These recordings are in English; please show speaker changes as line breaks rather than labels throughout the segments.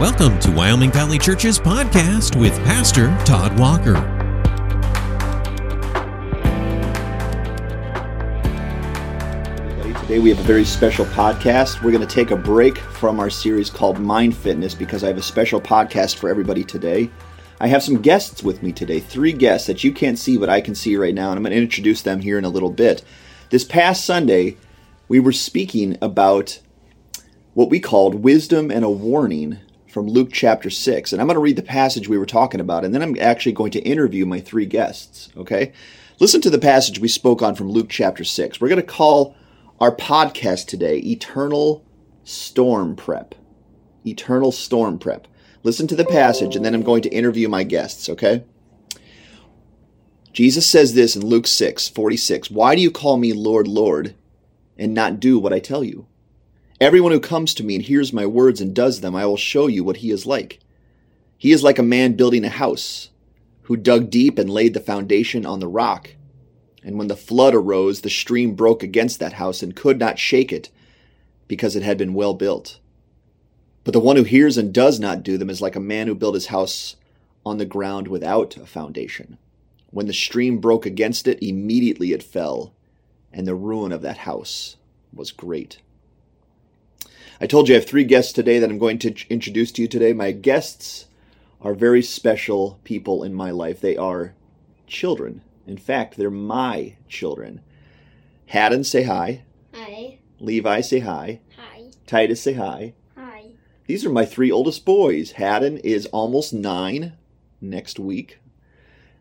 Welcome to Wyoming Valley Church's podcast with Pastor Todd Walker.
everybody. Today we have a very special podcast. We're going to take a break from our series called Mind Fitness because I have a special podcast for everybody today. I have some guests with me today, three guests that you can't see but I can see right now, and I'm going to introduce them here in a little bit. This past Sunday, we were speaking about what we called wisdom and a warning from Luke chapter 6. And I'm going to read the passage we were talking about, and then I'm actually going to interview my three guests, okay? Listen to the passage we spoke on from Luke chapter 6. We're going to call our podcast today Eternal Storm Prep. Eternal Storm Prep. Listen to the passage, and then I'm going to interview my guests, okay? Jesus says this in Luke 6 46. Why do you call me Lord, Lord, and not do what I tell you? Everyone who comes to me and hears my words and does them, I will show you what he is like. He is like a man building a house, who dug deep and laid the foundation on the rock. And when the flood arose, the stream broke against that house and could not shake it, because it had been well built. But the one who hears and does not do them is like a man who built his house on the ground without a foundation. When the stream broke against it, immediately it fell, and the ruin of that house was great. I told you I have three guests today that I'm going to ch- introduce to you today. My guests are very special people in my life. They are children. In fact, they're my children. Haddon, say hi.
Hi.
Levi, say hi.
Hi.
Titus, say hi.
Hi.
These are my three oldest boys. Haddon is almost nine next week.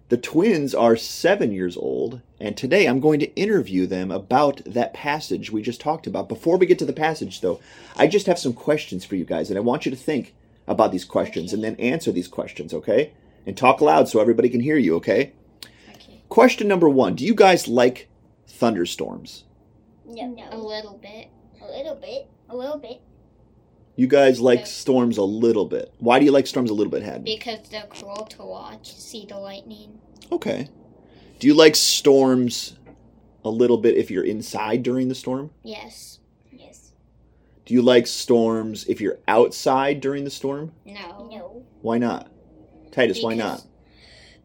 The twins are seven years old, and today I'm going to interview them about that passage we just talked about. Before we get to the passage, though, I just have some questions for you guys, and I want you to think about these questions and then answer these questions, okay? And talk loud so everybody can hear you, okay?
Okay.
Question number one Do you guys like thunderstorms?
No. A little bit. A little bit. A little bit.
You guys like
No.
storms a little bit. Why do you like storms a little bit, Haddon?
Because they're cool to watch. See the lightning.
Okay. Do you like storms a little bit if you're inside during the storm?
Yes. Yes.
Do you like storms if you're outside during the storm?
No. No.
Why not? Titus, why not?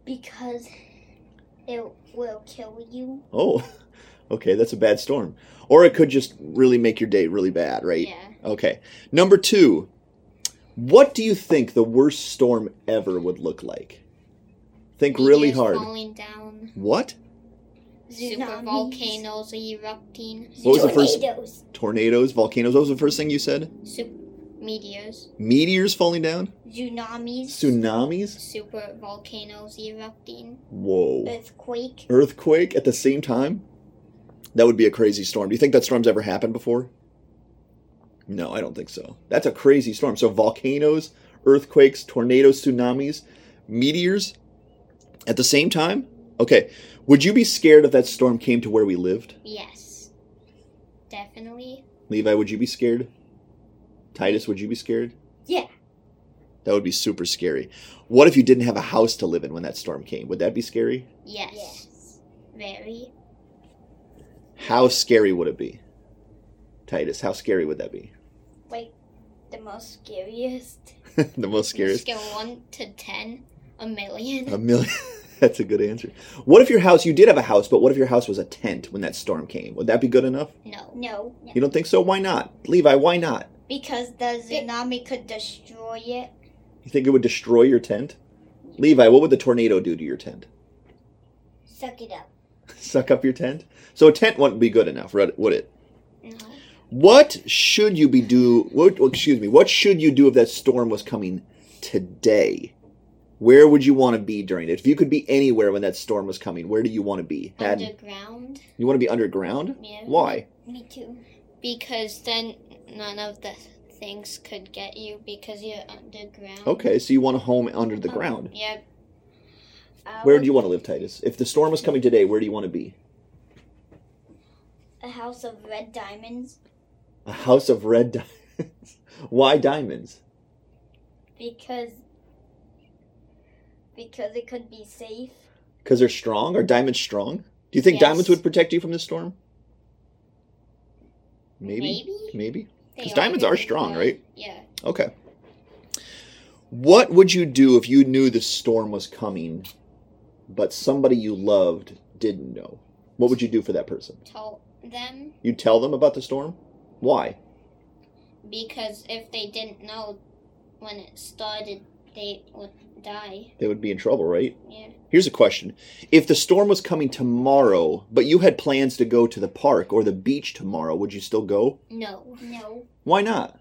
Because it will kill you.
Oh, okay, that's a bad storm. Or it could just really make your day really bad, right?
Yeah.
Okay. Number two, what do you think the worst storm ever would look like? Think really
Meteors
hard.
Falling down.
What?
Super volcanoes erupting.
What was the first- Tornadoes, volcanoes? What was the first thing you said?
Super meteors.
Meteors falling down?
Tsunamis.
Tsunamis?
Super volcanoes erupting.
Whoa.
Earthquake.
earthquake at the same time? That would be a crazy storm. Do you think that storm's ever happened before? No, I don't think so. That's a crazy storm. So volcanoes, earthquakes, tornadoes, tsunamis, meteors at the same time? Okay. Would you be scared if that storm came to where we lived?
Yes. Definitely.
Levi, would you be scared? Titus, would you be scared?
Yeah.
That would be super scary. What if you didn't have a house to live in when that storm came? Would that be scary?
Yes. Very.
How scary would it be? Titus, how scary would that be?
Like the most scariest.
the most scariest.
Scale one to ten, a million.
A million. That's a good answer. What if your house? You did have a house, but what if your house was a tent when that storm came? Would that be good enough?
no.
No,
You don't think so? Why not, Levi? Why not?
because the tsunami could destroy it.
You think it would destroy your tent? Levi, what would the tornado do to your tent?
Suck it up.
Suck up your tent? So a tent wouldn't be good enough, right- would it?
No.
What should you be do? What? well, Excuse me. What should you do if that storm was coming today? Where would you want to be during it? If you could be anywhere when that storm was coming, where do you want to be? Had
Underground.
you want to be underground?
Yeah.
Why?
Me too.
Because then none of the things could get you because you're underground.
Okay, so you want a home under the
Um,
ground.
Yeah.
I
Where
would-
do you want to live, Titus? If the storm was coming today, where do you want to be?
A house of red diamonds
A house of red diamonds. Why diamonds?
because because it could be safe.
Because they're strong? Are diamonds strong? Do you think
Yes.
diamonds would protect you from the storm? Maybe.
Maybe.
Maybe. 'Cause
They
diamonds are
really
strong,
good.
right?
Yeah.
Okay. What would you do if you knew the storm was coming, but somebody you loved didn't know? What would you do for that person?
Tell them
You'd tell them about the storm? Why?
because if they didn't know when it started, they would die.
They would be in trouble, right?
Yeah.
Here's a question. If the storm was coming tomorrow, but you had plans to go to the park or the beach tomorrow, would you still go?
No,
No,
Why not?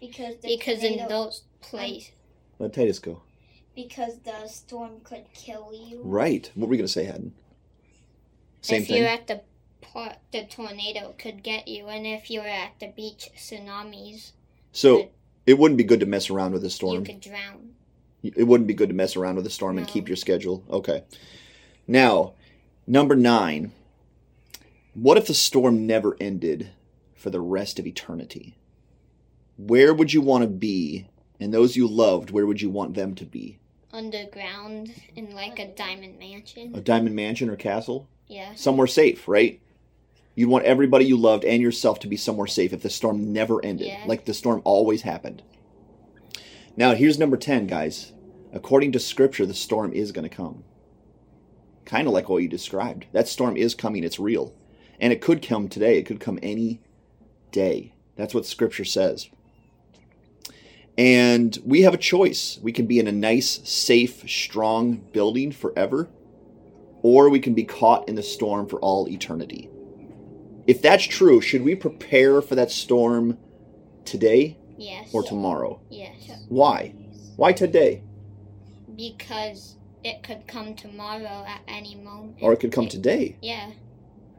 because the
because in
tornado-
those place,
Let Titus go.
because the storm could kill you.
Right. What were we going to say, Haddon? Same
if
thing.
you're at the park, the tornado could get you, and if you're at the beach, tsunamis,
so it wouldn't be good to mess around with a
you
storm.
could drown.
It wouldn't be good to mess around with a storm and
No.
keep your schedule. Okay. Now, number nine. What if the storm never ended for the rest of eternity? Where would you want to be? And those you loved, where would you want them to be?
Underground in like a diamond
A
mansion.
diamond mansion or castle?
Yeah.
Somewhere safe, right? You'd want everybody you loved and yourself to be somewhere safe if the storm never ended,
Yeah.
like the storm always happened. Now, here's number 10, guys. According to scripture, the storm is going to come. Kind of like what you described. That storm is coming, it's real. And it could come today, it could come any day. That's what scripture says. And we have a choice. We can be in a nice, safe, strong building forever, or we can be caught in the storm for all eternity. If that's true, should we prepare for that storm today
Yes.
or tomorrow?
Yes.
Why? Why today?
Because it could come tomorrow at any moment.
Or it could come today.
Yeah.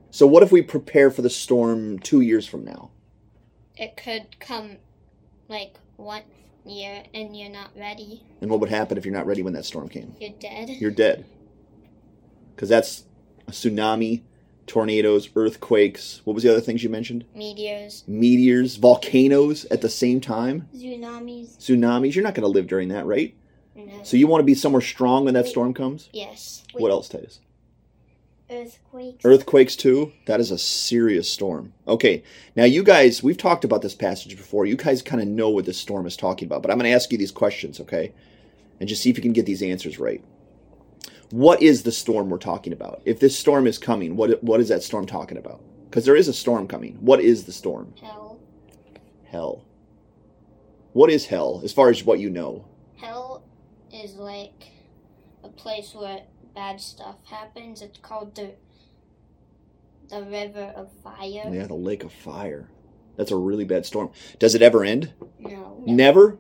So, what if we prepare for the storm two years from now?
It could come like one year and you're not ready.
And what would happen if you're not ready when that storm came?
You're dead.
You're dead. Because that's a tsunami, tornadoes, earthquakes. What was the other things you mentioned?
Meteors.
Meteors, volcanoes at the same time,
Tsunamis.
tsunamis. You're not going to live during that, right?
No.
So, you want to be somewhere strong when that storm comes?
yes.
What else, Titus?
Earthquakes.
Earthquakes too. That is a serious storm. Okay, now you guys, we've talked about this passage before. You guys kind of know what this storm is talking about, but I'm going to ask you these questions, okay? And just see if you can get these answers right. What is the storm we're talking about? If this storm is coming, what what is that storm talking about? Because there is a storm coming. What is the storm?
Hell.
Hell. What is hell? As far as what you know,
Hell is like a place where bad stuff happens. It's called the the river of fire.
yeah, the lake of fire. That's a really bad storm. Does it ever end?
No.
Never.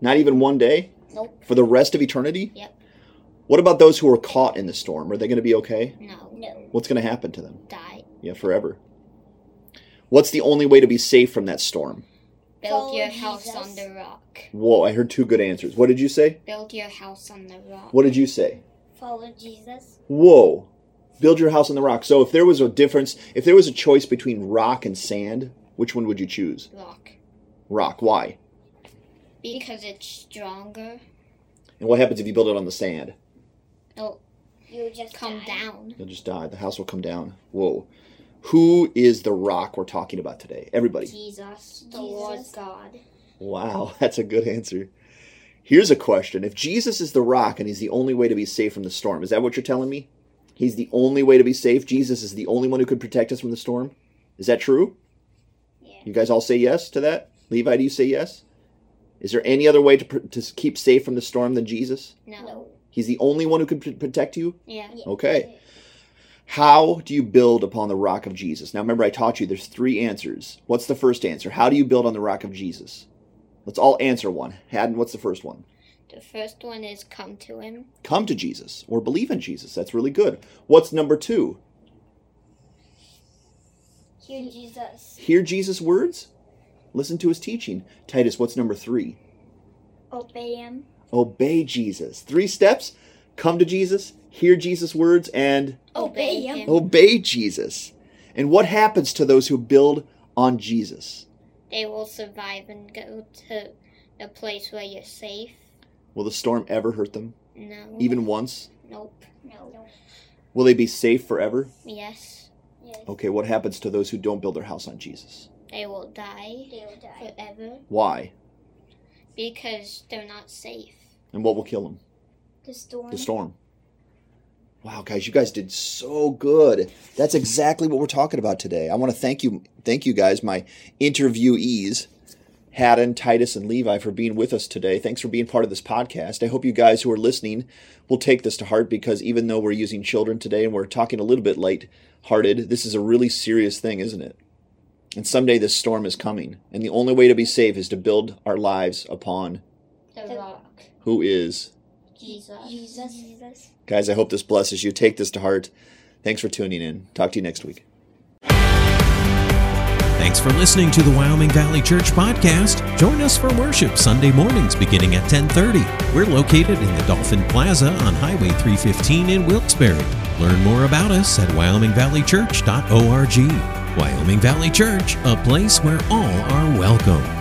Not even one day.
Nope.
for the rest of eternity?
Yep.
What about those who are caught in the storm? Are they going to be okay?
No.
No.
What's going to happen to them?
Die.
Yeah, forever. What's the only way to be safe from that storm?
Build your
Follow
house
Jesus.
on the rock.
Whoa, I heard two good answers. What did you say?
Build your house on the rock.
What did you say?
Follow Jesus.
Whoa. Build your house on the rock. So if there was a difference, if there was a choice between rock and sand, which one would you choose?
Rock.
Rock. Why?
Because it's stronger.
And what happens if you build it on the sand?
It'll
You just
come
die.
down.
You'll just die. The house will come down. Whoa. Who is the rock we're talking about today? Everybody.
Jesus, the
Jesus.
Lord God.
Wow, that's a good answer. Here's a question. If Jesus is the rock and he's the only way to be safe from the storm, is that what you're telling me? He's the only way to be safe? Jesus is the only one who could protect us from the storm? Is that true?
Yeah.
You guys all say yes to that? Levi, do you say yes? Is there any other way to, pr- to keep safe from the storm than Jesus?
No.
No.
He's the only one who could pr- protect you?
Yeah.
Yeah.
Okay. How do you build upon the rock of Jesus? Now, remember, I taught you there's three answers. What's the first answer? How do you build on the rock of Jesus? Let's all answer one. Haddon, what's the first one?
The first one is come to him.
Come to Jesus or believe in Jesus. That's really good. What's number two?
Hear Jesus.
Hear Jesus' words, listen to his teaching. Titus, what's number three?
Obey him.
Obey Jesus. Three steps come to Jesus, hear Jesus' words, and
Obey him.
obey Jesus. And what happens to those who build on Jesus?
They will survive and go to the place where you're safe.
Will the storm ever hurt them,
No.
even once?
Nope.
No.
Will they be safe forever?
Yes.
Yes.
Okay, what happens to those who don't build their house on Jesus?
They will die
They'll die.
forever
Why?
because they're not safe.
And what will kill them?
The storm.
The storm. Wow, guys, you guys did so good. That's exactly what we're talking about today. I want to thank you, thank you guys, my interviewees, Haddon, Titus, and Levi, for being with us today. Thanks for being part of this podcast. I hope you guys who are listening will take this to heart because even though we're using children today and we're talking a little bit light-hearted, this is a really serious thing, isn't it? And someday this storm is coming, and the only way to be safe is to build our lives upon
The,
The-
rock,
who is
Jesus.
Jesus. Jesus.
Guys, I hope this blesses you. Take this to heart. Thanks for tuning in. Talk to you next week.
Thanks for listening to the Wyoming Valley Church podcast. Join us for worship Sunday mornings beginning at 10:30. We're located in the Dolphin Plaza on Highway 315 in Wilkes-Barre. Learn more about us at wyomingvalleychurch.org. Wyoming Valley Church, a place where all are welcome.